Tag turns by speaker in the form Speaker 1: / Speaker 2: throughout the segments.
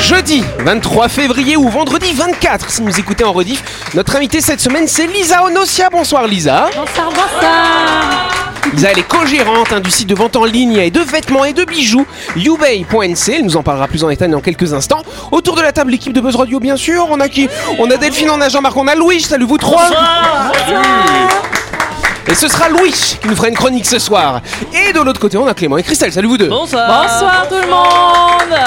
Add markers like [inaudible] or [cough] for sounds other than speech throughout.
Speaker 1: jeudi 23 février ou vendredi 24 si vous écoutez en rediff. Notre invitée cette semaine, c'est Lisa Onosia. Bonsoir Lisa.
Speaker 2: Bonsoir, bonsoir.
Speaker 1: Lisa, elle est co-gérante hein, du site de vente en ligne et de vêtements et de bijoux, youbay.nc. Elle nous en parlera plus en détail dans quelques instants. Autour de la table, l'équipe de Buzz Radio, bien sûr. On a qui On a Delphine, on a Jean-Marc, on a Louis. Salut vous trois. Et ce sera Louis qui nous fera une chronique ce soir. Et de l'autre côté, on a Clément et Christelle. Salut vous deux.
Speaker 2: Bonsoir tout le monde.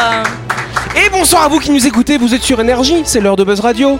Speaker 1: Et bonsoir à vous qui nous écoutez, vous êtes sur Énergie, c'est l'heure de Buzz Radio.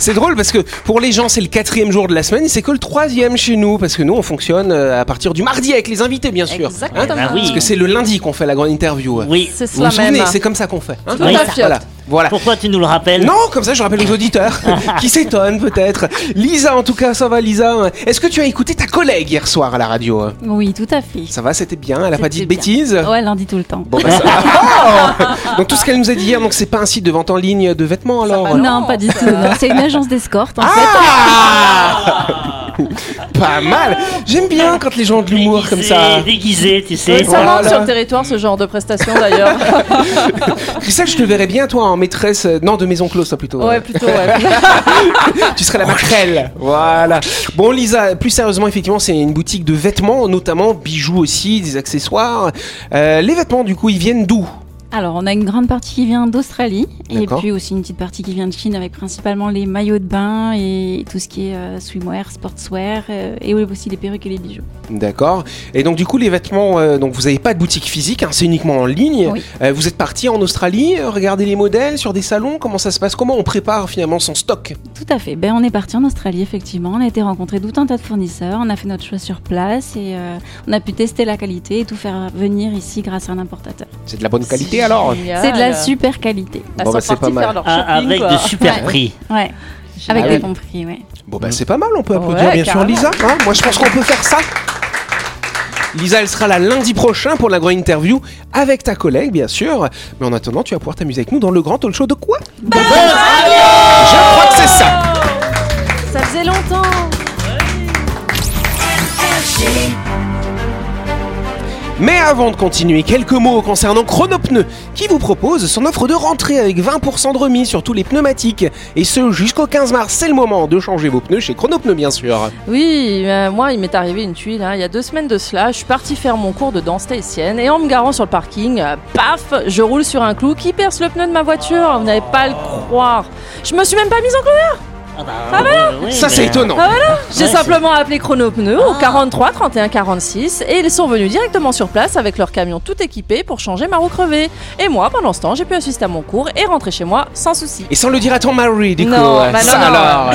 Speaker 1: c'est drôle parce que pour les gens c'est le quatrième jour de la semaine et c'est que le troisième chez nous parce que nous on fonctionne euh, à partir du mardi avec les invités bien sûr. Hein,
Speaker 2: Exactement.
Speaker 3: bah oui.
Speaker 1: Parce que c'est le lundi qu'on fait la grande interview.
Speaker 3: Oui.
Speaker 2: C'est
Speaker 1: Vous vous
Speaker 2: cela
Speaker 1: souvenez,
Speaker 2: même.
Speaker 1: c'est comme ça qu'on fait. hein
Speaker 2: Tout
Speaker 3: à
Speaker 2: fait.
Speaker 1: Voilà. voilà.
Speaker 3: Pourquoi tu nous le rappelles
Speaker 1: Non, comme ça je rappelle aux auditeurs qui s'étonnent peut-être. Lisa en tout cas, ça va Lisa. Est-ce que tu as écouté ta collègue hier soir à la radio hein?
Speaker 4: Oui, tout à fait.
Speaker 1: Ça va, c'était bien, elle a pas dit de
Speaker 4: C'était bien.
Speaker 1: bêtises
Speaker 4: Ouais, lundi tout le temps.
Speaker 1: Bon bah ça va. Oh donc tout ce qu'elle nous a dit hier, donc c'est pas un site de vente en ligne de vêtements alors.
Speaker 2: va,
Speaker 4: non, pas du
Speaker 1: Oh.
Speaker 4: tout. non. C'est une agence d'escorte en
Speaker 1: Ah Pas mal. J'aime bien quand les gens ont de l'humour comme ça.
Speaker 3: Déguisé, tu sais.
Speaker 2: Oui, ça
Speaker 1: Voilà.
Speaker 2: manque sur le territoire ce genre de prestations d'ailleurs.
Speaker 1: [laughs] Christelle, je te verrais bien toi en maîtresse, euh, non de maison close ça plutôt.
Speaker 2: ouais, plutôt. Ouais.
Speaker 1: Tu serais la maquerelle. Voilà. Bon Lisa, plus sérieusement effectivement c'est une boutique de vêtements, notamment bijoux aussi, des accessoires. Euh, les vêtements du coup ils viennent d'où
Speaker 4: fait. Alors, on a une grande partie qui vient d'Australie et
Speaker 1: D'accord.
Speaker 4: puis aussi une petite partie qui vient de Chine avec principalement les maillots de bain et tout ce qui est euh, swimwear, sportswear euh, et aussi les perruques et les bijoux.
Speaker 1: D'accord. Et donc du coup les vêtements, euh, donc vous n'avez pas de boutique physique, hein, c'est uniquement en ligne.
Speaker 4: Oui.
Speaker 1: Euh, vous êtes parti en Australie, euh, regarder les modèles sur des salons, comment ça se passe, comment on prépare finalement son stock.
Speaker 4: Tout à fait. Ben, on est parti en Australie, effectivement. On a été rencontrer tout un tas de fournisseurs. On a fait notre choix sur place et euh, on a pu tester la qualité et tout faire venir ici grâce à un importateur.
Speaker 1: C'est de la bonne qualité Ah, alors.
Speaker 4: C'est de la super qualité.
Speaker 2: Elles
Speaker 1: Bon,
Speaker 2: sont
Speaker 1: bah, c'est pas
Speaker 2: parties
Speaker 1: mal.
Speaker 2: faire leur
Speaker 3: Ah,
Speaker 2: shopping,
Speaker 3: avec
Speaker 2: quoi.
Speaker 3: de super
Speaker 4: Ouais.
Speaker 3: prix.
Speaker 4: Ouais, avec
Speaker 1: Ah
Speaker 4: des
Speaker 1: oui.
Speaker 4: bons prix, ouais.
Speaker 1: Bon bah c'est pas mal, on peut applaudir
Speaker 2: Ouais,
Speaker 1: bien
Speaker 2: carrément.
Speaker 1: sûr Lisa. hein. Moi je pense qu'on peut faire ça. Lisa, elle sera là lundi prochain pour la grande interview avec ta collègue, bien sûr. Mais en attendant, tu vas pouvoir t'amuser avec nous dans le grand talk show de quoi De Buzz Je crois que c'est ça.
Speaker 2: Ça faisait longtemps.
Speaker 1: Mais avant de continuer, quelques mots concernant Chronopneu, qui vous propose son offre de rentrée avec 20% de remise sur tous les pneumatiques. Et ce, jusqu'au 15 mars, c'est le moment de changer vos pneus chez Chronopneu, bien sûr.
Speaker 2: Oui, euh, moi, il m'est arrivé une tuile hein, il y a deux semaines de cela. Je suis partie faire mon cours de danse tahitienne et en me garant sur le parking, euh, paf, je roule sur un clou qui perce le pneu de ma voiture. Vous n'allez pas à le croire. Je me suis même pas mise en colère.
Speaker 3: Ah, bah, euh, oui,
Speaker 1: Ça,
Speaker 3: mais,
Speaker 1: c'est étonnant.
Speaker 2: Ah voilà J'ai
Speaker 3: Ouais,
Speaker 2: simplement appelé Chrono Pneus au 43 31 46 et ils sont venus directement sur place avec leur camion tout équipé pour changer ma roue crevée. Et moi, pendant ce temps, j'ai pu assister à mon cours et rentrer chez moi sans souci.
Speaker 1: Et sans le dire à ton mari, du coup.
Speaker 2: Non,
Speaker 1: euh,
Speaker 2: bah non,
Speaker 1: ça
Speaker 2: non.
Speaker 1: alors.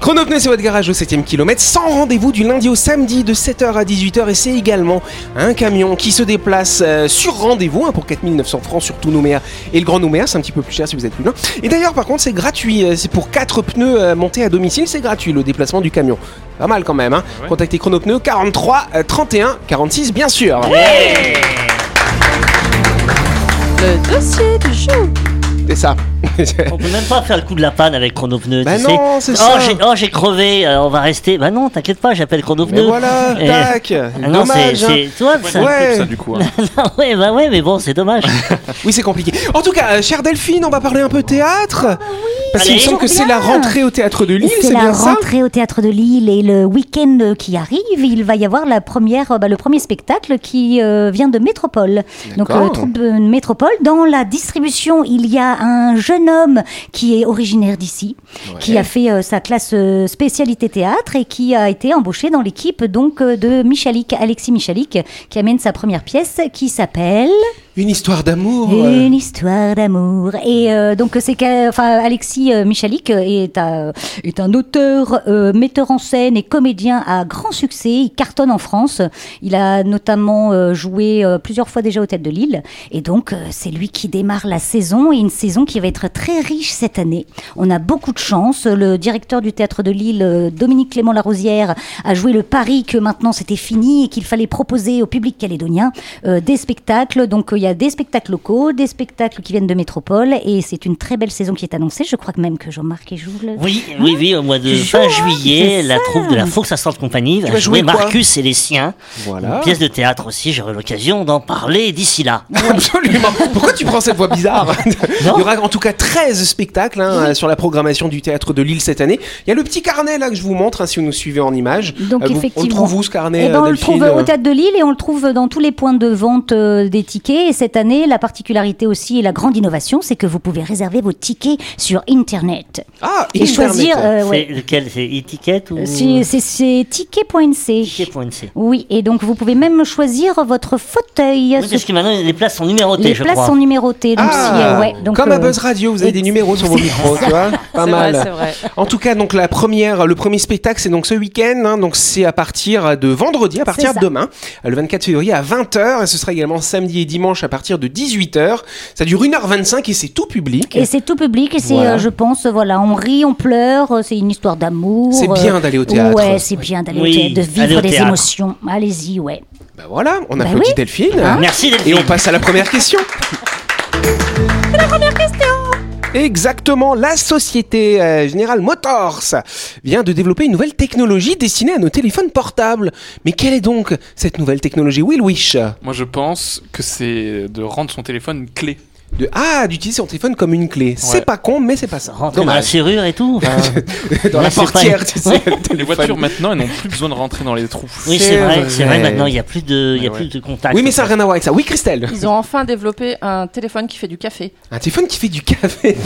Speaker 1: Chronopneu, c'est votre garage au 7ème kilomètre, sans rendez-vous du lundi au samedi de 7h à 18h. Et c'est également un camion qui se déplace euh, sur rendez-vous hein, pour 4900 francs sur tout Nouméa et le Grand Nouméa. C'est un petit peu plus cher si vous êtes plus loin. Et d'ailleurs, par contre, c'est gratuit. euh, C'est pour 4 pneus euh, montés à domicile, c'est gratuit le déplacement du camion. Pas mal quand même. Hein. Contactez Chronopneu 43 euh, 31 46, bien sûr.
Speaker 2: Le dossier du jour.
Speaker 1: C'est ça.
Speaker 3: On peut même pas faire le coup de la panne avec Chronopneu,
Speaker 1: bah
Speaker 3: tu
Speaker 1: non,
Speaker 3: sais.
Speaker 1: c'est ça.
Speaker 3: Oh, j'ai- oh, j'ai crevé, euh, on va rester. Bah non, t'inquiète pas, j'appelle
Speaker 1: Mais
Speaker 3: Chronopneu.
Speaker 1: voilà,
Speaker 3: Eh,
Speaker 1: tac.
Speaker 3: Ah non, c'est.
Speaker 1: Dommage. hein.
Speaker 3: c'est- Toi, ça. [laughs]
Speaker 1: Ouais.
Speaker 5: ça du coup. hein.
Speaker 3: Ah ouais, bah ouais, mais bon, c'est
Speaker 6: [laughs]
Speaker 3: dommage.
Speaker 1: Oui, c'est compliqué. En tout cas, euh, chère Delphine, on va parler un peu théâtre. Parce qu'il me
Speaker 3: Allez.
Speaker 1: semble que c'est la rentrée au théâtre de Lille,
Speaker 6: Et
Speaker 1: c'est
Speaker 6: Ah C'est la
Speaker 1: bien ça
Speaker 6: rentrée au théâtre de Lille et le week-end euh, qui arrive, il va y avoir la première, euh, bah, le premier spectacle qui euh, vient de Métropole. Donc
Speaker 1: D'accord.
Speaker 6: euh, troupe de Métropole. Dans la distribution, il y a un jeune homme qui est originaire d'ici, qui a fait euh, sa classe euh, spécialité théâtre et qui a été embauché dans l'équipe donc euh, de Michalik, Alexis Michalik, qui amène sa première pièce qui s'appelle
Speaker 1: Une histoire d'amour. euh,
Speaker 6: Une histoire d'amour. Et euh, donc c'est qu'a- enfin Alexis euh, Michalik est, un- est un auteur, euh, metteur en scène et comédien à grand succès. Il cartonne en France. Il a notamment euh, joué euh, plusieurs fois déjà au Tête de Lille. Et donc euh, c'est lui qui démarre la saison et une saison qui va être très riche cette année. On a beaucoup de chance. Le directeur du Théâtre de Lille, euh, Dominique Clément Larosière, a joué le pari que maintenant c'était fini et qu'il fallait proposer au public calédonien euh, des spectacles. Donc euh, il y a des spectacles locaux, des spectacles qui viennent de métropole et c'est une très belle saison qui est annoncée. Je crois que même que Jean-Marc et joue le...
Speaker 3: Oui, oui, oui, au mois de
Speaker 6: Tu joues,
Speaker 3: fin
Speaker 6: hein,
Speaker 3: juillet,
Speaker 6: c'est
Speaker 3: la
Speaker 6: ça.
Speaker 3: troupe de la Fox Assorte Compagnie
Speaker 1: Tu
Speaker 3: va
Speaker 1: vas jouer
Speaker 3: jouer
Speaker 1: quoi
Speaker 3: Marcus et les siens.
Speaker 1: Voilà.
Speaker 3: Une pièce de théâtre aussi, j'aurai l'occasion d'en parler d'ici là.
Speaker 1: Absolument. Pourquoi tu prends cette voix bizarre
Speaker 3: Non.
Speaker 1: Il y aura en tout cas 13 spectacles hein, sur la programmation du théâtre de Lille cette année. Il y a le petit carnet là que je vous montre hein, si vous nous suivez en image. Euh,
Speaker 6: Donc,
Speaker 1: On le
Speaker 6: effectivement.
Speaker 1: trouve où ce carnet euh,
Speaker 6: Eh ben, on le
Speaker 1: Delphine
Speaker 6: trouve au Théâtre de Lille et on le trouve dans tous les points de vente euh, des tickets. Et cette année, la particularité aussi et la grande innovation, c'est que vous pouvez réserver vos tickets sur Internet.
Speaker 1: Ah,
Speaker 6: Et choisir...
Speaker 1: Internet.
Speaker 6: euh,
Speaker 3: c'est
Speaker 6: ouais.
Speaker 3: lequel C'est étiquette ou
Speaker 6: C'est- C'est c'est ticket.nc.
Speaker 3: Ticket.nc.
Speaker 6: Oui, et donc vous pouvez même choisir votre fauteuil.
Speaker 3: Oui, parce que maintenant les places sont numérotées,
Speaker 6: les
Speaker 3: je
Speaker 6: places
Speaker 3: crois.
Speaker 6: sont numérotées. Donc
Speaker 1: Ah,
Speaker 6: si, euh, ouais, donc,
Speaker 1: comme à
Speaker 6: euh,
Speaker 1: Buzz Radio, vous avez des
Speaker 6: ex-
Speaker 1: numéros sur vos micros, tu vois Pas
Speaker 2: C'est
Speaker 1: mal.
Speaker 2: vrai,
Speaker 1: [laughs]
Speaker 2: c'est vrai.
Speaker 1: En tout cas, donc la première, le premier spectacle, c'est donc ce week-end. hein, donc c'est à partir de vendredi, à partir
Speaker 6: C'est
Speaker 1: de
Speaker 6: ça.
Speaker 1: demain, euh, le 24 février à 20h. Et ce sera également samedi et dimanche à partir de 18h. Ça dure 1h25 et c'est tout public.
Speaker 6: Et c'est tout public, et c'est,
Speaker 1: Voilà.
Speaker 6: euh, je pense, euh, voilà, on rit, on pleure, euh, c'est une histoire d'amour.
Speaker 1: C'est
Speaker 6: euh,
Speaker 1: bien d'aller au théâtre.
Speaker 6: Ouais, c'est bien d'aller
Speaker 3: Oui,
Speaker 6: au théâtre, de
Speaker 3: allez au
Speaker 6: vivre des
Speaker 3: théâtre.
Speaker 6: émotions. Allez-y, ouais.
Speaker 1: Bah voilà, on
Speaker 6: Bah
Speaker 1: applaudit
Speaker 6: oui.
Speaker 1: Delphine.
Speaker 3: Hein Merci d'être
Speaker 1: Et on passe à la première question. La première question Exactement, la société euh, General Motors vient de développer une nouvelle technologie destinée à nos téléphones portables. Mais quelle est donc cette nouvelle technologie Will Wish
Speaker 5: Moi, je pense que c'est de rendre son téléphone une clé.
Speaker 1: de, Ah, d'utiliser son téléphone comme une clé. C'est
Speaker 5: Ouais.
Speaker 1: pas con, mais c'est pas ça.
Speaker 3: Rentrer dans la
Speaker 1: Dommage.
Speaker 3: serrure et
Speaker 1: [laughs]
Speaker 3: tout. enfin.
Speaker 1: Dans la
Speaker 3: Ouais, c'est pas-
Speaker 1: portière, tu sais.
Speaker 3: [laughs] Ouais.
Speaker 1: le
Speaker 5: [laughs] Les
Speaker 1: téléphone.
Speaker 5: voitures, maintenant, elles n'ont plus besoin de rentrer dans les [laughs] trous.
Speaker 3: oui,
Speaker 1: C'est
Speaker 3: c'est vrai, c'est vrai.
Speaker 1: vrai.
Speaker 3: Maintenant, il n'y a plus de, il y a
Speaker 5: Ouais.
Speaker 3: plus de contact.
Speaker 1: Oui, mais ça n'a rien à voir avec ça. Oui, Christelle.
Speaker 2: Ils ont enfin développé un téléphone qui fait du café.
Speaker 1: Un téléphone qui fait du
Speaker 2: [laughs]
Speaker 1: café.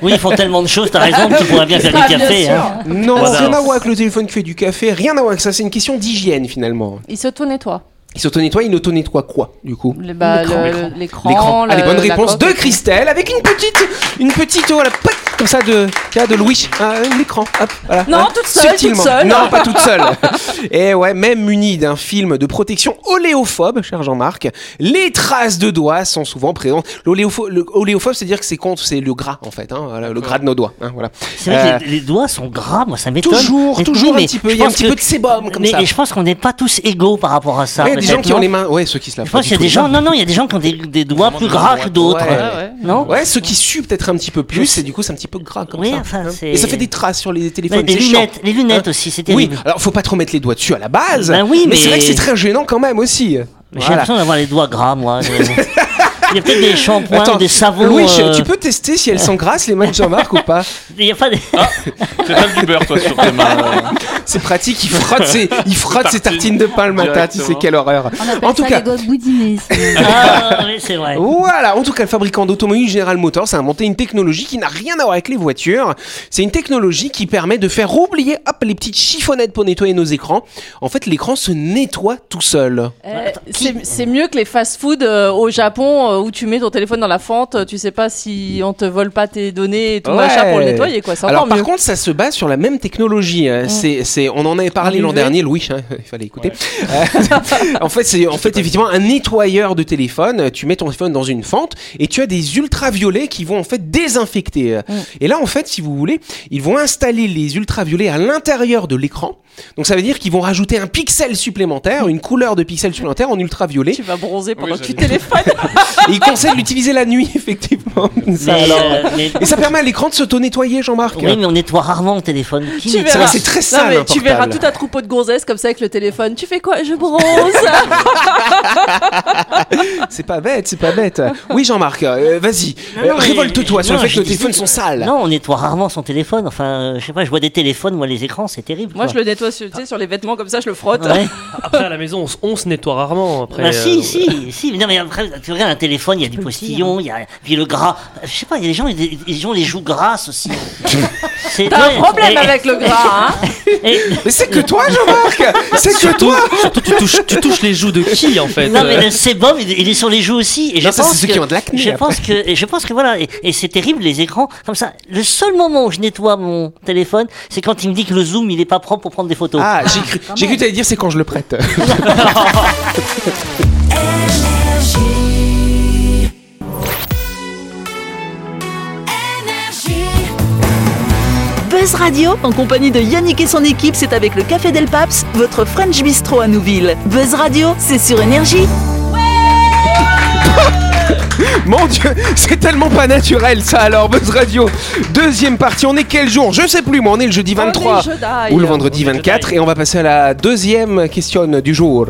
Speaker 3: Oui, ils font tellement de choses. T'as raison, tu pourrais bien faire
Speaker 2: Ah,
Speaker 3: du
Speaker 2: bien
Speaker 3: café.
Speaker 2: sûr.
Speaker 3: hein.
Speaker 1: non,
Speaker 3: Voilà.
Speaker 1: rien à voir avec le téléphone qui fait du café. Rien à voir avec ça. C'est une question d'hygiène finalement.
Speaker 2: Ils s'auto-nettoient.
Speaker 1: Il s'auto-nettoie, il auto-nettoie quoi, du coup
Speaker 2: Le- bah,
Speaker 1: L'écran,
Speaker 2: le-
Speaker 1: l'écran.
Speaker 2: l'écran,
Speaker 1: L'écran. Ah,
Speaker 2: le-
Speaker 1: Allez, bonne
Speaker 2: la
Speaker 1: réponse
Speaker 2: coque.
Speaker 1: de Christelle avec une petite, une petite, voilà, pac, comme ça de, tiens, de Louis, Ah, euh, l'écran, hop, voilà.
Speaker 2: Non,
Speaker 1: Hein,
Speaker 2: toute seule, toute
Speaker 1: subtilement.
Speaker 2: seule.
Speaker 1: Non, pas toute
Speaker 2: [laughs]
Speaker 1: seule. Et ouais, même muni d'un film de protection oléophobe, cher Jean-Marc, les traces de doigts sont souvent présentes. L'oléopho- le- Oléophobe, c'est-à-dire que c'est contre, c'est le gras, en fait, hein, voilà, le gras de nos doigts, hein, voilà.
Speaker 3: C'est vrai
Speaker 1: Euh,
Speaker 3: que les, les doigts sont gras, moi ça m'étonne.
Speaker 1: Toujours,
Speaker 3: Mais-
Speaker 1: toujours
Speaker 3: oui,
Speaker 1: un
Speaker 3: mais
Speaker 1: petit peu,
Speaker 3: je
Speaker 1: il y a un
Speaker 3: pense
Speaker 1: petit
Speaker 3: que-
Speaker 1: peu de sébum, comme
Speaker 3: mais,
Speaker 1: ça.
Speaker 3: mais je pense qu'on n'est pas tous égaux par rapport à ça.
Speaker 1: Ouais, il y a des gens
Speaker 3: peut-être,
Speaker 1: qui ont
Speaker 3: non
Speaker 1: les mains, ouais, ceux qui se lavent.
Speaker 3: Je
Speaker 1: pas
Speaker 3: pense
Speaker 1: du
Speaker 3: qu'il y a
Speaker 1: tout. hein.
Speaker 3: des gens, non, non, il y a des gens qui ont des, des doigts plus gras que d'autres.
Speaker 1: Ouais.
Speaker 2: Ah ouais.
Speaker 3: Non
Speaker 1: Ouais, ceux qui subent peut-être un petit peu plus, et du coup, c'est un petit peu gras comme
Speaker 3: Oui,
Speaker 1: ça.
Speaker 3: enfin,
Speaker 1: hein.
Speaker 3: c'est-
Speaker 1: et ça fait des traces sur les
Speaker 3: Ouais,
Speaker 1: téléphones.
Speaker 3: des
Speaker 1: c'est
Speaker 3: lunettes,
Speaker 1: chiant.
Speaker 3: les lunettes
Speaker 1: Hein
Speaker 3: aussi, c'est
Speaker 1: Oui,
Speaker 3: terrible.
Speaker 1: alors faut pas trop mettre les doigts dessus à la base.
Speaker 3: Ben oui,
Speaker 1: c'est
Speaker 3: mais-
Speaker 1: vrai que c'est très gênant quand même aussi.
Speaker 3: J'ai
Speaker 1: Voilà.
Speaker 3: l'impression d'avoir les doigts
Speaker 1: [laughs]
Speaker 3: gras, moi. Il y a peut-être des shampoings, ou des savons.
Speaker 1: Louis,
Speaker 3: euh,
Speaker 1: tu peux tester si elles sont grasses les mains de Jean-Marc ou pas
Speaker 3: Il y a
Speaker 1: [laughs]
Speaker 3: pas des...
Speaker 5: Tu tapes du beurre, toi, sur tes mains. [laughs]
Speaker 1: C'est pratique, il frotte ses, il frotte ses tartines de pain le matin, tu sais
Speaker 5: Directement.
Speaker 1: quelle horreur.
Speaker 4: On appelle
Speaker 1: En tout
Speaker 4: ça
Speaker 1: cas-
Speaker 4: les doigts
Speaker 1: [laughs]
Speaker 4: boudinés. c'est-
Speaker 3: Ah, oui, c'est vrai.
Speaker 1: Voilà, en tout cas, le fabricant d'automobiles General Motors a inventé une technologie qui n'a rien à voir avec les voitures. C'est une technologie qui permet de faire oublier hop, les petites chiffonnettes pour nettoyer nos écrans. En fait, l'écran se nettoie tout seul.
Speaker 2: Euh, c'est c'est mieux que les fast-food euh, au Japon euh, où tu mets ton téléphone dans la fente, euh, tu sais pas si on te vole pas tes données et tout
Speaker 1: Ouais.
Speaker 2: machin pour le nettoyer quoi. C'est
Speaker 1: Alors
Speaker 2: encore
Speaker 1: par
Speaker 2: mieux. Mm.
Speaker 1: contre, ça se base sur la même technologie. hein. C'est, c'est, on en avait parlé
Speaker 2: En
Speaker 1: l'an
Speaker 2: UV.
Speaker 1: dernier, Louis. hein, il fallait écouter. Euh, [laughs] en fait, c'est en fait effectivement un nettoyeur de téléphone. Tu mets ton téléphone dans une fente et tu as des ultraviolets qui vont en fait désinfecter.
Speaker 2: Mm.
Speaker 1: Et là, en fait, si vous voulez, ils vont installer les ultraviolets à l'intérieur de l'écran. Donc ça veut dire qu'ils vont rajouter un pixel supplémentaire, une couleur de pixel supplémentaire en ultraviolet.
Speaker 2: Tu vas bronzer pendant
Speaker 5: Oui,
Speaker 2: que tu
Speaker 5: j'allais-
Speaker 2: téléphones.
Speaker 1: Et ils conseillent de l'utiliser la nuit, [laughs] effectivement.
Speaker 3: Mais,
Speaker 1: Ça, alors.
Speaker 3: euh, mais-
Speaker 1: Et ça permet à l'écran de s'auto-nettoyer, Jean-Marc.
Speaker 3: Oui, mais on nettoie rarement le téléphone. Qui
Speaker 2: Tu
Speaker 3: nettoie
Speaker 2: verras.
Speaker 1: c'est très
Speaker 2: Non,
Speaker 1: sale,
Speaker 2: mais
Speaker 1: un
Speaker 2: tu
Speaker 1: portable.
Speaker 2: verras tout un troupeau de gonzesses comme ça avec le téléphone. Tu fais quoi Je bronze.
Speaker 1: C'est pas bête, c'est pas bête. Oui, Jemarc, vas-y.
Speaker 3: Non, non,
Speaker 1: Euh,
Speaker 3: mais-
Speaker 1: Révolte-toi sur
Speaker 3: non,
Speaker 1: le fait
Speaker 3: je
Speaker 1: que les
Speaker 3: disais
Speaker 1: téléphones sont sales.
Speaker 3: Non, on nettoie rarement son téléphone. Enfin, euh, je sais pas, je vois des téléphones, moi, les écrans, c'est terrible.
Speaker 2: [laughs] Moi
Speaker 3: quoi.
Speaker 2: je le nettoie sur, tu sais, sur les vêtements comme ça, je le frotte.
Speaker 3: Ouais.
Speaker 7: Après, à la maison, on, se- on se nettoie rarement. Après,
Speaker 3: Bah,
Speaker 7: euh,
Speaker 3: si, si, si. Mais non, mais après, tu regardes un téléphone, il y a du postillon, il y a puis le gras. Je sais pas, il y a des gens, ils- ils- les gens les joues
Speaker 2: [laughs]
Speaker 3: grasses aussi. C'est
Speaker 2: T'as
Speaker 3: ouais,
Speaker 2: un problème
Speaker 3: et-
Speaker 2: avec le gras, hein
Speaker 3: [laughs] et-
Speaker 1: Mais c'est que toi, Jean-Marc C'est que toi
Speaker 7: Surtout, tu touches, tu touches les joues de qui en fait
Speaker 3: Non, mais
Speaker 7: euh,
Speaker 3: le sébum, il, il est sur les joues aussi. Et
Speaker 1: Non,
Speaker 3: je
Speaker 1: ça,
Speaker 3: pense
Speaker 1: c'est ceux
Speaker 3: que-
Speaker 1: qui ont de l'acné,
Speaker 3: Je
Speaker 1: après.
Speaker 3: pense que, et je pense que voilà, et, et c'est terrible les écrans comme ça. Le seul moment où je nettoie mon téléphone, c'est quand il me dit que le zoom il est pas propre pour prendre des photos.
Speaker 1: Ah, j'ai cru, j'ai cru que t'allais dire c'est quand je le prête. [laughs]
Speaker 8: Buzz Radio, en compagnie de Yannick et son équipe, c'est avec le Café Del Paps, votre French Bistro à Nouville. Buzz Radio, c'est sur Énergie.
Speaker 1: Mon dieu, c'est tellement pas naturel ça alors, Buzz Radio. Deuxième partie, on est quel jour Je sais plus, moi on est le jeudi 23 ou le vendredi
Speaker 7: On est
Speaker 1: 24
Speaker 7: Jedi.
Speaker 1: et on va passer à la deuxième question du jour.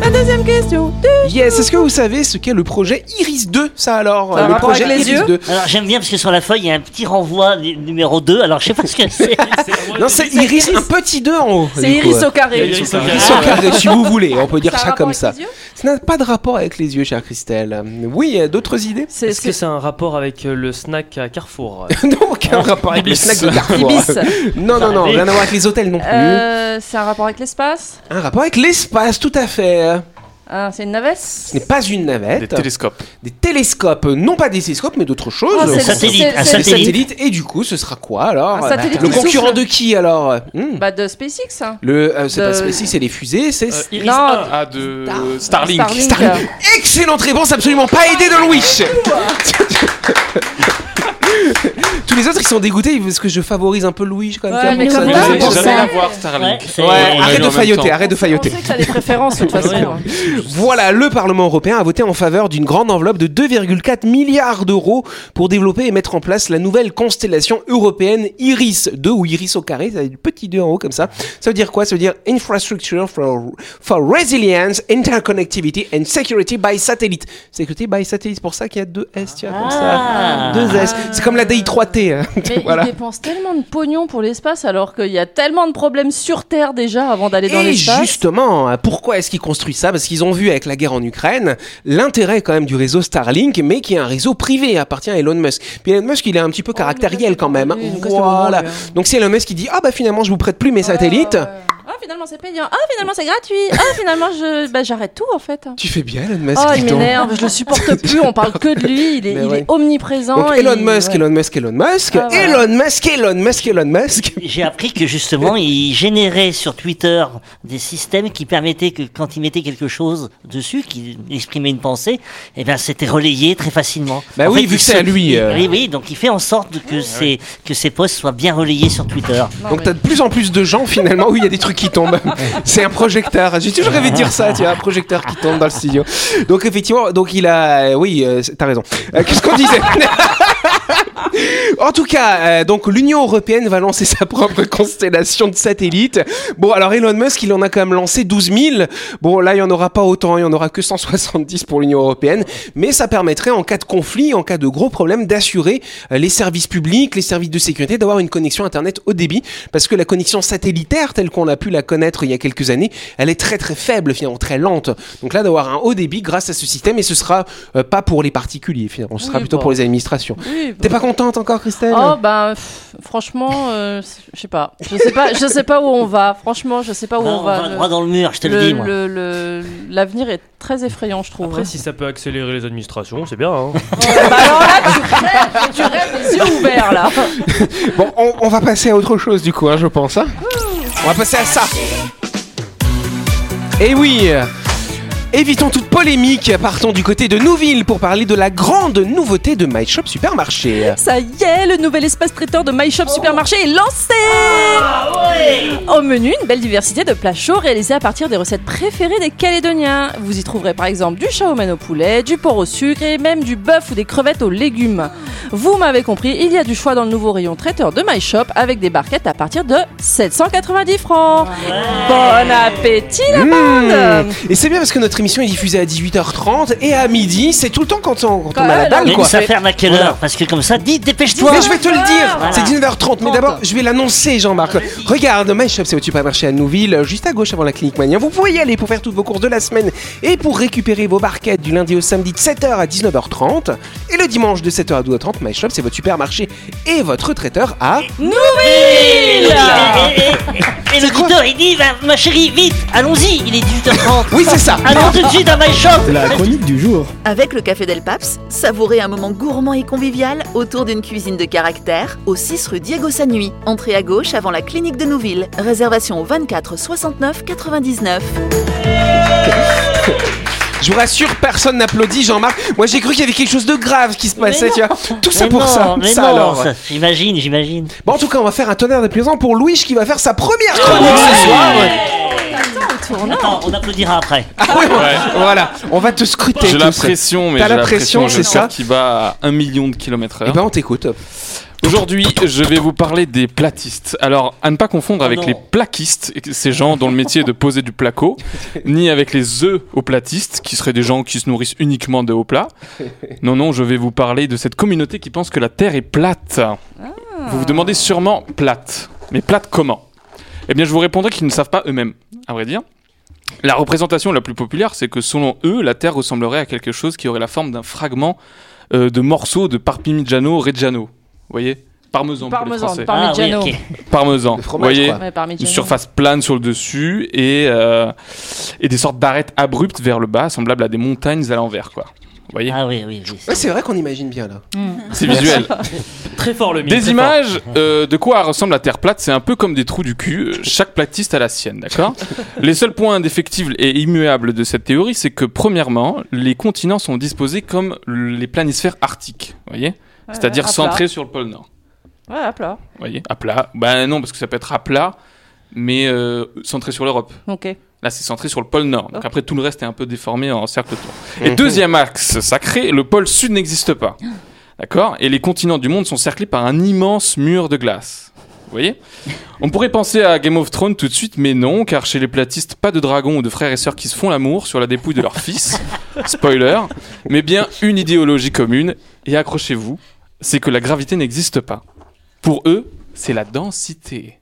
Speaker 2: La deuxième question.
Speaker 1: Yes, est-ce que vous savez ce qu'est le projet Iris 2 ça alors
Speaker 2: Ça a
Speaker 1: Le
Speaker 2: rapport
Speaker 1: projet
Speaker 2: avec les
Speaker 1: Iris
Speaker 2: yeux
Speaker 1: 2.
Speaker 3: Alors j'aime bien parce que sur la feuille il y a un petit renvoi nu- numéro 2, alors je sais pas ce que
Speaker 1: [laughs]
Speaker 3: c'est.
Speaker 1: Ah, Non, c'est Iris, un petit 2 en haut.
Speaker 2: C'est
Speaker 1: du coup.
Speaker 2: Iris au carré.
Speaker 7: Iris au carré.
Speaker 1: Iris au carré, si vous voulez, on peut dire
Speaker 2: a
Speaker 1: ça,
Speaker 2: un rapport
Speaker 1: comme
Speaker 2: avec
Speaker 1: ça.
Speaker 2: les yeux
Speaker 1: Ça n'a pas de rapport avec les yeux, chère Christelle. Oui, euh, d'autres idées [laughs]
Speaker 2: C'est
Speaker 7: Est-ce que
Speaker 2: c'est
Speaker 7: c'est un rapport avec euh, le snack à Carrefour
Speaker 1: Non,
Speaker 5: Oh,
Speaker 1: aucun rapport avec le
Speaker 5: Ibis.
Speaker 1: snack de Carrefour.
Speaker 2: Ibis.
Speaker 1: [laughs] Non, non, non, rien à voir avec les hôtels non plus.
Speaker 2: Euh, C'est un rapport avec l'espace
Speaker 1: Un rapport avec l'espace, tout à fait.
Speaker 2: Ah, C'est une navette
Speaker 1: Ce n'est pas une
Speaker 5: Des
Speaker 1: navette.
Speaker 5: télescopes.
Speaker 1: Des télescopes, non pas des télescopes, mais d'autres choses.
Speaker 2: Ah,
Speaker 3: Un
Speaker 2: c'est-
Speaker 3: satellite,
Speaker 2: c'est-
Speaker 3: un
Speaker 2: c'est-
Speaker 1: Des
Speaker 3: satellite.
Speaker 1: satellites. Et du coup, ce sera quoi alors
Speaker 2: Un satellite
Speaker 1: Le
Speaker 2: qui
Speaker 1: concurrent
Speaker 2: souffle.
Speaker 1: de qui alors Hmm.
Speaker 2: Bah de SpaceX. hein.
Speaker 1: Le, euh, c'est
Speaker 2: de-
Speaker 1: pas Spacey, c'est les fusées, c'est
Speaker 5: Euh, Iris
Speaker 2: Non.
Speaker 5: 1 ah, de Starlink.
Speaker 1: Starlink. Excellente réponse, absolument pas aidée de Louis [laughs] Tous les autres, ils sont dégoûtés parce que je favorise un peu Louis quand même.
Speaker 2: Ouais, mais
Speaker 1: tu vois, pour ça.
Speaker 6: comme d'hab,
Speaker 5: J'ai
Speaker 6: pour ça.
Speaker 5: jamais la voir Starlink.
Speaker 3: Ouais, c'est-
Speaker 1: Ouais,
Speaker 3: On
Speaker 5: l'a eu
Speaker 1: arrête
Speaker 5: en
Speaker 1: de
Speaker 5: même
Speaker 1: failloter,
Speaker 5: temps.
Speaker 1: arrête de
Speaker 2: On
Speaker 1: failloter.
Speaker 2: sait que t'as des préférences de
Speaker 1: [laughs]
Speaker 2: toute façon.
Speaker 7: Ouais.
Speaker 2: hein.
Speaker 1: Voilà, le Parlement européen a voté en faveur d'une grande enveloppe de 2,4 milliards d'euros pour développer et mettre en place la nouvelle constellation européenne Iris 2 ou Iris au carré, ça a une petite 2 en haut comme ça. Ça veut dire quoi Ça veut dire Infrastructure for, for Resilience, Interconnectivity and Security by Satellite. Security by Satellite, c'est pour ça qu'il y a deux S, tu vois, comme ça.
Speaker 3: Ah.
Speaker 1: Deux S. C'est comme la DI3T. hein.
Speaker 2: Mais
Speaker 1: [laughs] Voilà.
Speaker 2: ils dépensent tellement de pognon pour l'espace alors qu'il y a tellement de problèmes sur Terre déjà avant d'aller dans
Speaker 1: Et
Speaker 2: l'espace.
Speaker 1: justement, hein, pourquoi est-ce qu'ils construisent ça Parce qu'ils ont vu avec la guerre en Ukraine l'intérêt quand même du réseau Starlink, mais qui est un réseau privé, appartient à Elon Musk. Puis Elon Musk, il est un petit peu caractériel quand même. hein.
Speaker 2: Oui, donc Oh, ça, c'est
Speaker 1: Voilà.
Speaker 2: vraiment
Speaker 1: Donc c'est Elon Musk qui dit ah bah finalement je vous prête plus mes satellites.
Speaker 2: Ah, ouais. Ah, finalement c'est payant. Ah, finalement c'est gratuit. Ah, finalement je... bah, j'arrête tout en fait.
Speaker 1: Tu fais bien Elon Musk.
Speaker 2: Oh,
Speaker 1: dis
Speaker 2: il
Speaker 1: donc.
Speaker 2: m'énerve, je le supporte plus, on parle que de lui, il est,
Speaker 1: Mais
Speaker 2: il
Speaker 1: ouais.
Speaker 2: est omniprésent.
Speaker 1: Donc
Speaker 2: et
Speaker 1: Elon
Speaker 2: il-
Speaker 1: Musk,
Speaker 2: ouais.
Speaker 1: Elon Musk, Elon Musk,
Speaker 2: Ah, voilà.
Speaker 1: Elon Musk, Elon Musk, Elon Musk.
Speaker 3: J'ai appris
Speaker 1: [laughs]
Speaker 3: que justement, il générait sur Twitter des systèmes qui permettaient que quand il mettait quelque chose dessus, qu'il exprimait une pensée, et ben c'était relayé très facilement.
Speaker 1: Bah oui, vu
Speaker 3: il
Speaker 1: que c'est
Speaker 3: se-
Speaker 1: à lui,
Speaker 3: il-
Speaker 1: euh.
Speaker 3: Oui, oui, donc il fait en sorte que ses que ses posts soient bien relayés sur Twitter.
Speaker 2: Non,
Speaker 1: Donc
Speaker 2: mais-
Speaker 1: t'as de plus en plus de gens finalement où il y a des trucs qui tombent. C'est un projecteur. J'ai toujours rêvé de dire ça, tu vois, un projecteur qui tombe dans le studio. Donc effectivement, donc il a, euh, oui, euh, c'est- t'as raison. Euh, Qu'est-ce qu'on disait En tout cas, euh, donc l'Union européenne va lancer sa propre [laughs] constellation de satellites. Bon, alors Elon Musk, il en a quand même lancé 12 000. Bon, là, il n'y en aura pas autant, il n'y en aura que 170 pour l'Union européenne, mais ça permettrait, en cas de conflit, en cas de gros problème, d'assurer euh, les services publics, les services de sécurité, d'avoir une connexion Internet au débit, parce que la connexion satellitaire, telle qu'on a pu la connaître il y a quelques années, elle est très très faible, finalement, très lente. Donc là, d'avoir un haut débit grâce à ce système, et ce sera euh, pas pour les particuliers, finalement, ce sera
Speaker 2: Oui,
Speaker 1: plutôt
Speaker 2: bah.
Speaker 1: pour les administrations.
Speaker 2: Oui, bah.
Speaker 1: T'es pas contente encore, Christelle
Speaker 2: Oh ben pff, franchement euh, je sais pas je sais pas je sais pas où on va franchement je sais pas où
Speaker 3: Non,
Speaker 2: on va, Le-
Speaker 3: droit dans le mur, je te le,
Speaker 2: le-
Speaker 3: dis. Moi.
Speaker 2: le- le- l'avenir est très effrayant je trouve.
Speaker 7: Après, si ça peut accélérer les administrations, c'est bien. hein.
Speaker 2: Ouais, bah alors là tu rêves, tu rêves les yeux ouverts là.
Speaker 1: Bon, on, on va passer à autre chose du coup, hein, je pense. hein. on va passer à ça. Et oui euh, Évitons toute polémique, partons du côté de Nouville pour parler de la grande nouveauté de My Shop Supermarché.
Speaker 2: Ça y est, le nouvel espace traiteur de My Shop Supermarché est lancé Au menu, une belle diversité de plats chauds réalisés à partir des recettes préférées des Calédoniens. Vous y trouverez par exemple du shaoman au poulet, du porc au sucre et même du bœuf ou des crevettes aux légumes. Vous m'avez compris, il y a du choix dans le nouveau rayon traiteur de My Shop avec des barquettes à partir de 790 francs.
Speaker 3: Ah
Speaker 2: Bon appétit la bande
Speaker 1: Mmh. Et c'est bien parce que notre émission est diffusée à 18h30 et à midi, c'est tout le temps quand on, quand on
Speaker 2: Ah,
Speaker 1: a la
Speaker 2: là,
Speaker 1: dalle
Speaker 3: Mais
Speaker 1: quoi.
Speaker 3: ça ferme à quelle
Speaker 1: Voilà.
Speaker 3: heure Parce que comme ça, dis, dépêche-toi.
Speaker 1: Mais je vais te le dire,
Speaker 3: Voilà.
Speaker 1: c'est 19h30, mais d'abord je vais l'annoncer Jean-Marc. Regarde, My Shop c'est au supermarché à Nouville, euh, juste à gauche avant la clinique Mania. Vous pouvez y aller pour faire toutes vos courses de la semaine et pour récupérer vos barquettes du lundi au samedi de 7h à 19h30. Et le dimanche de 7h à 12h30, My Shop c'est votre supermarché et votre traiteur à...
Speaker 3: Et- et- et- Et
Speaker 1: C'est quoi
Speaker 3: l'auditeur, il dit, bah, ma chérie, vite, allons-y, il est 18h30.
Speaker 1: Oui, c'est ça.
Speaker 3: Allons tout de suite à My Shop.
Speaker 9: La chronique du jour.
Speaker 8: Avec le Café Del Paps, savourez un moment gourmand et convivial autour d'une cuisine de caractère au 6 rue Diego Sanui. Entrée à gauche avant la clinique de Nouville. Réservation au 24 69 99.
Speaker 1: Je vous rassure, personne n'applaudit Jean-Marc. Moi, j'ai cru qu'il y avait quelque chose de grave qui se passait, tu vois. Tout ça
Speaker 3: Mais
Speaker 1: pour
Speaker 3: non,
Speaker 1: ça.
Speaker 3: mais
Speaker 1: ça
Speaker 3: non,
Speaker 1: alors.
Speaker 3: ça- J'imagine, j'imagine.
Speaker 1: Bon, en tout cas, on va faire un tonnerre d'applaudissements pour Louis qui va faire sa première chronique ce soir.
Speaker 3: Attends, on applaudira après.
Speaker 1: Ah oui, voilà. On va te scruter.
Speaker 5: J'ai la
Speaker 1: tous.
Speaker 5: pression, mais
Speaker 1: T'as
Speaker 5: j'ai
Speaker 1: la
Speaker 5: la
Speaker 1: pression,
Speaker 5: pression, je
Speaker 1: c'est
Speaker 5: sens
Speaker 1: ça
Speaker 5: qui va à 1 million de kilomètres
Speaker 1: Eh
Speaker 5: heure.
Speaker 1: ben, on t'écoute.
Speaker 5: Aujourd'hui, je vais vous parler des platistes. Alors, à ne pas confondre avec
Speaker 3: non.
Speaker 5: les plaquistes, ces gens dont le métier est de poser du placo, ni avec les œufs aux platistes, qui seraient des gens qui se nourrissent uniquement de hauts plats. Non, non, je vais vous parler de cette communauté qui pense que la Terre est plate. Vous vous demandez sûrement plate. Mais plate comment Eh bien, je vous répondrai qu'ils ne savent pas eux-mêmes, à vrai dire. La représentation la plus populaire, c'est que selon eux, la Terre ressemblerait à quelque chose qui aurait la forme d'un fragment euh, de morceaux de Parmigiano Reggiano. Vous voyez Parmesan, pour les
Speaker 2: Parmesan,
Speaker 5: Français.
Speaker 3: Ah oui,
Speaker 2: parmigiano.
Speaker 3: ok.
Speaker 5: Parmesan.
Speaker 1: De
Speaker 5: Vous
Speaker 1: fromage,
Speaker 5: voyez
Speaker 1: quoi.
Speaker 2: Ouais, parmigiano.
Speaker 5: une surface plane sur le dessus et, euh, et des sortes d'arêtes abruptes vers le bas, semblables à des montagnes à l'envers, quoi. Vous voyez
Speaker 3: Ah oui, oui, oui.
Speaker 1: Ouais, c'est vrai qu'on imagine bien là.
Speaker 5: C'est visuel.
Speaker 7: Très fort le mime.
Speaker 5: Des
Speaker 7: très
Speaker 5: images euh, de quoi ressemble la Terre plate, c'est un peu comme des trous du cul. euh, Chaque platiste a la sienne, d'accord Les seuls points indéfectibles et immuables de cette théorie, c'est que premièrement, les continents sont disposés comme les planisphères arctiques, vous voyez
Speaker 2: Ouais,
Speaker 5: C'est-à-dire
Speaker 2: à plat.
Speaker 5: centrés sur le pôle Nord,
Speaker 2: Ouais, à plat.
Speaker 5: vous voyez À plat Ben non, parce que ça peut être à plat, mais euh, centré sur l'Europe.
Speaker 2: Ok.
Speaker 5: Là, c'est centré sur le pôle Nord. Donc
Speaker 2: Ok.
Speaker 5: après, tout le reste est un peu déformé en cercle tour. Et deuxième axe sacré, le pôle Sud n'existe pas. D'accord Et les continents du monde sont cerclés par un immense mur de glace. Vous voyez On pourrait penser à Game of Thrones tout de suite, mais non, car chez les platistes, pas de dragons ou de frères et sœurs qui se font l'amour sur la dépouille de leur fils. Spoiler. [laughs] Mais bien une idéologie commune. Et accrochez-vous, c'est que la gravité n'existe pas. Pour eux, c'est la densité.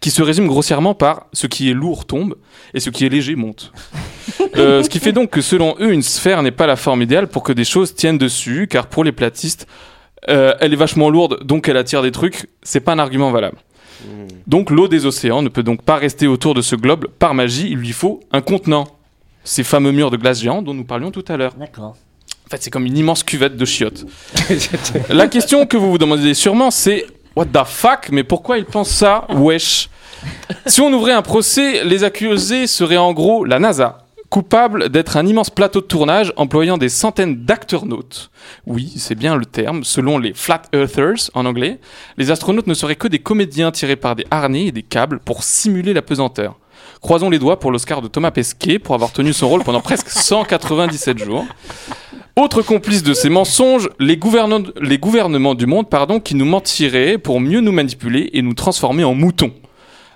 Speaker 5: Qui se résume grossièrement par ce qui est lourd tombe et ce qui est léger monte. Euh, ce qui fait donc que selon eux, une sphère n'est pas la forme idéale pour que des choses tiennent dessus, car pour les platistes, euh, elle est vachement lourde, donc elle attire des trucs, c'est pas un argument valable. Donc l'eau des océans ne peut donc pas rester autour de ce globe par magie, il lui faut un contenant. Ces fameux murs de glace géants dont nous parlions tout à l'heure.
Speaker 3: D'accord.
Speaker 5: En fait, c'est comme une immense cuvette de chiottes. [laughs] La question que vous vous demandez sûrement, c'est What the fuck Mais pourquoi ils pensent ça Wesh Si on ouvrait un procès, les accusés seraient en gros la NASA, coupable d'être un immense plateau de tournage employant des centaines d'acteurnautes. Oui, c'est bien le terme, selon les Flat Earthers en anglais, les astronautes ne seraient que des comédiens tirés par des harnais et des câbles pour simuler la pesanteur. Croisons les doigts pour l'Oscar de Thomas Pesquet pour avoir tenu son rôle pendant presque 197 jours. Autre complice de ces mensonges, les, gouvernants- les gouvernements du monde pardon, qui nous mentiraient pour mieux nous manipuler et nous transformer en moutons.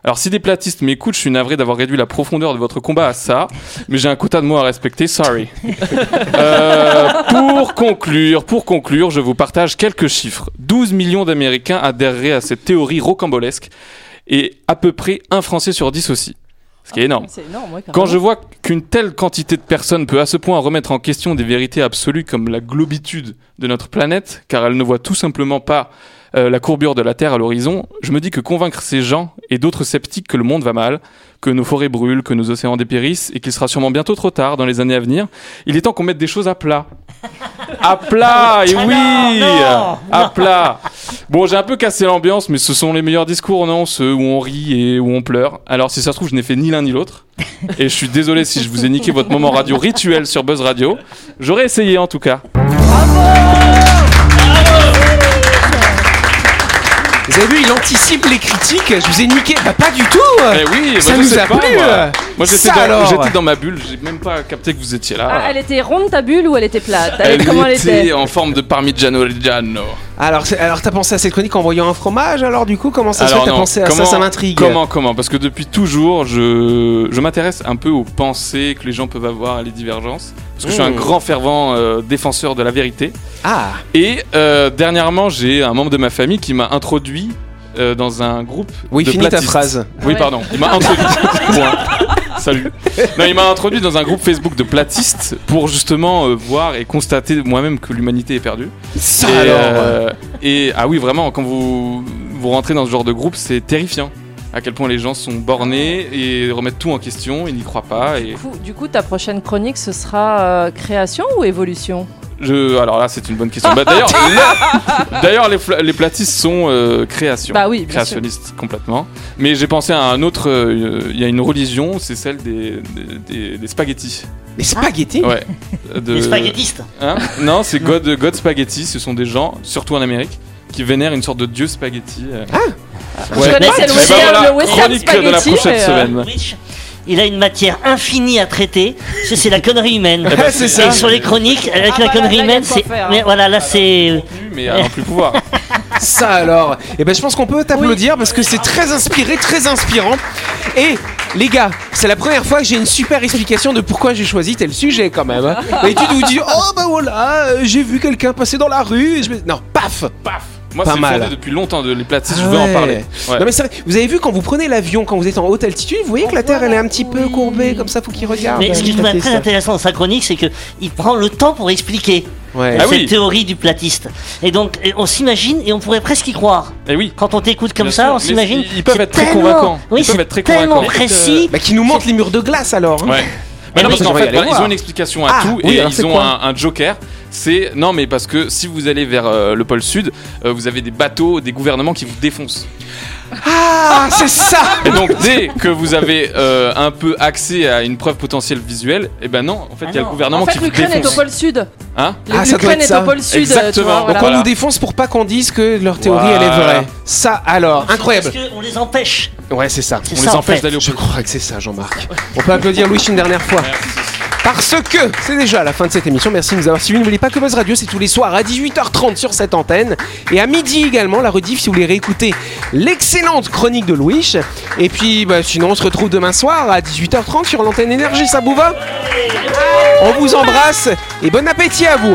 Speaker 5: Alors si des platistes m'écoutent, je suis navré d'avoir réduit la profondeur de votre combat à ça, mais j'ai un quota de mots à respecter, sorry. Euh, pour conclure, pour conclure, je vous partage quelques chiffres. 12 millions d'Américains adhéreraient à cette théorie rocambolesque et à peu près un Français sur 10 aussi. Ce qui est énorme.
Speaker 2: C'est énorme, ouais,
Speaker 5: Quand
Speaker 2: carrément.
Speaker 5: je vois qu'une telle quantité de personnes peut à ce point remettre en question des vérités absolues comme la globitude de notre planète, car elle ne voit tout simplement pas euh, la courbure de la Terre à l'horizon, je me dis que convaincre ces gens et d'autres sceptiques que le monde va mal, que nos forêts brûlent, que nos océans dépérissent et qu'il sera sûrement bientôt trop tard dans les années à venir, il est temps qu'on mette des choses à plat.
Speaker 1: [laughs]
Speaker 5: À plat, et
Speaker 3: Ah non,
Speaker 5: oui
Speaker 3: non,
Speaker 5: À plat Bon, j'ai un peu cassé l'ambiance, mais ce sont les meilleurs discours, non Ceux où on rit et où on pleure. Alors, si ça se trouve, je n'ai fait ni l'un ni l'autre. Et je suis désolé si je vous ai niqué votre moment radio rituel sur Buzz Radio. J'aurais essayé en
Speaker 1: [laughs]
Speaker 5: tout cas.
Speaker 1: Vous avez vu, il anticipe les critiques. Je vous ai niqué. Bah, pas du tout.
Speaker 5: Eh oui,
Speaker 1: ça
Speaker 5: moi, je
Speaker 1: nous
Speaker 5: sais
Speaker 1: a
Speaker 5: pas,
Speaker 1: plu. euh.
Speaker 5: Moi, Moi, j'étais
Speaker 1: Ça
Speaker 5: dans,
Speaker 1: alors.
Speaker 5: j'étais dans ma bulle, j'ai même pas capté que vous étiez là.
Speaker 2: Ah, elle était ronde ta bulle ou elle était plate Elle-
Speaker 5: Elle
Speaker 2: Comment elle
Speaker 5: était
Speaker 2: était
Speaker 5: en forme de Parmigiano Reggiano.
Speaker 1: Alors, c'est- alors t'as pensé à cette chronique en voyant un fromage Alors, du coup, comment ça se fait que T'as
Speaker 5: non,
Speaker 1: pensé à ça Ça m'intrigue.
Speaker 5: Comment, comment Parce que depuis toujours, je, je m'intéresse un peu aux pensées que les gens peuvent avoir, à les divergences. Parce que je suis un
Speaker 1: Mmh.
Speaker 5: grand fervent euh, défenseur de la vérité.
Speaker 1: Ah,
Speaker 5: Et euh, dernièrement, j'ai un membre de ma famille qui m'a introduit euh, dans un groupe.
Speaker 1: oui,
Speaker 5: de
Speaker 1: finis ta
Speaker 5: platistes.
Speaker 1: phrase.
Speaker 5: Oui,
Speaker 2: Ouais.
Speaker 5: pardon. Il m'a introduit. Point. Salut. Non, il m'a introduit dans un groupe Facebook de platistes pour justement euh, voir et constater moi-même que l'humanité est perdue.
Speaker 1: Ça
Speaker 5: [laughs] et,
Speaker 1: alors.
Speaker 5: euh, et- ah oui, vraiment, quand vous vous rentrez dans ce genre de groupe, c'est terrifiant. à quel point les gens sont bornés et remettent tout en question et n'y croient pas. Et
Speaker 2: Du coup, du coup, ta prochaine chronique, ce sera euh, création ou évolution
Speaker 5: je, alors là, c'est une bonne question.
Speaker 2: [laughs]
Speaker 5: Bah, d'ailleurs, là- d'ailleurs, les, fla- les platistes sont euh, création,
Speaker 2: Bah oui, bien sûr.
Speaker 5: créationnistes complètement. Mais j'ai pensé à un autre. euh, Il y a une religion, c'est celle des, des, des-
Speaker 2: [laughs]
Speaker 5: des spaghettis.
Speaker 1: Les spaghettis
Speaker 5: Ouais. De-
Speaker 3: Les spaghettistes.
Speaker 5: Hein [laughs] non, c'est God, God Spaghetti. Ce sont des gens, surtout en Amérique, qui vénèrent une sorte de dieu spaghetti. euh.
Speaker 1: Ah
Speaker 2: Je connaissais
Speaker 5: Eh
Speaker 2: le
Speaker 5: ben
Speaker 2: western,
Speaker 5: voilà,
Speaker 2: le western
Speaker 5: chronique de la
Speaker 2: spaghetti,
Speaker 5: prochaine
Speaker 2: mais, euh,
Speaker 5: semaine.
Speaker 3: Rich, Il a une matière infinie à traiter. C'est c'est la connerie humaine.
Speaker 1: Ah, c'est ça.
Speaker 3: Et sur les chroniques, avec
Speaker 2: Ah
Speaker 3: la
Speaker 2: bah là, là, il
Speaker 3: connerie
Speaker 2: y a
Speaker 3: humaine,
Speaker 2: de quoi
Speaker 3: c'est.
Speaker 2: faire, hein.
Speaker 3: Mais voilà, là, c'est.
Speaker 5: Mais à n'en plus pouvoir.
Speaker 1: Ça alors Eh ben je pense qu'on peut t'applaudir parce que c'est très inspiré, très inspirant. Et les gars, c'est la première fois que j'ai une super explication de pourquoi j'ai choisi tel sujet quand même. hein. Et tu nous dis oh bah voilà, euh, j'ai vu quelqu'un passer dans la rue. et je me- Non, paf.
Speaker 5: [laughs] Paf Moi,
Speaker 1: Pas
Speaker 5: c'est
Speaker 1: mal.
Speaker 5: fondé depuis longtemps de les platistes.
Speaker 1: Ah
Speaker 5: je veux
Speaker 1: ouais.
Speaker 5: en parler. Ouais.
Speaker 1: Non mais c'est vrai, vous avez vu quand vous prenez l'avion, quand vous êtes en haute altitude, vous voyez que la Terre elle est un petit peu courbée comme ça, faut qu'il regarde.
Speaker 3: Mais ce qui je trouve
Speaker 1: Regardez
Speaker 3: très
Speaker 1: ça.
Speaker 3: intéressant dans sa chronique, c'est que il prend le temps pour expliquer
Speaker 1: Ouais.
Speaker 5: Ah
Speaker 3: cette
Speaker 5: oui.
Speaker 3: théorie du platiste. Et donc, et on s'imagine et on pourrait presque y croire.
Speaker 5: Et oui.
Speaker 3: Quand on t'écoute comme
Speaker 5: Bien
Speaker 3: ça,
Speaker 5: sûr,
Speaker 3: on
Speaker 5: mais
Speaker 3: s'imagine.
Speaker 5: ils- ils peuvent
Speaker 3: c'est
Speaker 5: être très
Speaker 3: tellement-
Speaker 5: convaincants.
Speaker 3: Oui,
Speaker 5: Ils peuvent
Speaker 3: c'est
Speaker 5: être très
Speaker 3: tellement
Speaker 5: convaincants. euh,
Speaker 3: précis.
Speaker 1: Bah qui nous montre les murs de glace alors. hein.
Speaker 5: Ouais. Mais non,
Speaker 1: oui.
Speaker 5: parce
Speaker 1: Je
Speaker 5: qu'en
Speaker 1: vais
Speaker 5: fait,
Speaker 1: aller
Speaker 5: voilà,
Speaker 1: voir.
Speaker 5: ils ont une explication à
Speaker 1: Ah,
Speaker 5: tout
Speaker 1: oui,
Speaker 5: et
Speaker 1: alors c'est
Speaker 5: ils ont
Speaker 1: quoi
Speaker 5: un, un joker. C'est non, mais parce que si vous allez vers euh, le pôle sud, euh, vous avez des bateaux, des gouvernements qui vous défoncent.
Speaker 1: Ah, c'est ça.
Speaker 5: Et donc, dès que vous avez euh, un peu accès à une preuve potentielle visuelle, et ben non, en fait,
Speaker 3: Ah
Speaker 5: il y a le
Speaker 3: non.
Speaker 5: gouvernement
Speaker 2: En fait,
Speaker 5: qui vous
Speaker 2: l'Ukraine est au
Speaker 5: défonce.
Speaker 2: pôle sud.
Speaker 5: Hein
Speaker 1: Ah, ça doit
Speaker 2: L'Ukraine
Speaker 1: être
Speaker 2: est
Speaker 1: ça.
Speaker 2: au pôle sud. euh,
Speaker 5: Exactement.
Speaker 2: tu vois,
Speaker 1: Donc
Speaker 5: Donc,
Speaker 2: voilà.
Speaker 1: on
Speaker 5: [laughs] Voilà.
Speaker 1: nous défonce pour pas qu'on dise que leur théorie elle est
Speaker 5: Voilà.
Speaker 1: vraie. Ça alors, incroyable.
Speaker 3: Parce qu'on les empêche.
Speaker 1: Ouais, c'est ça.
Speaker 3: C'est
Speaker 5: On
Speaker 3: ça,
Speaker 5: les
Speaker 3: en
Speaker 5: empêche
Speaker 3: fait.
Speaker 5: d'aller au
Speaker 1: Je
Speaker 5: pôle.
Speaker 1: crois que c'est ça, Jean-Marc. On peut applaudir Louis une dernière fois. Parce que c'est déjà la fin de cette émission. Merci de nous avoir suivis. N'oubliez pas que Buzz Radio, c'est tous les soirs à 18h30 sur cette antenne. Et à midi également, la rediff si vous voulez réécouter l'excellente chronique de Louis. Et puis, bah, sinon, on se retrouve demain soir à 18h30 sur l'antenne Énergie. Ça vous va On vous embrasse et bon appétit à vous.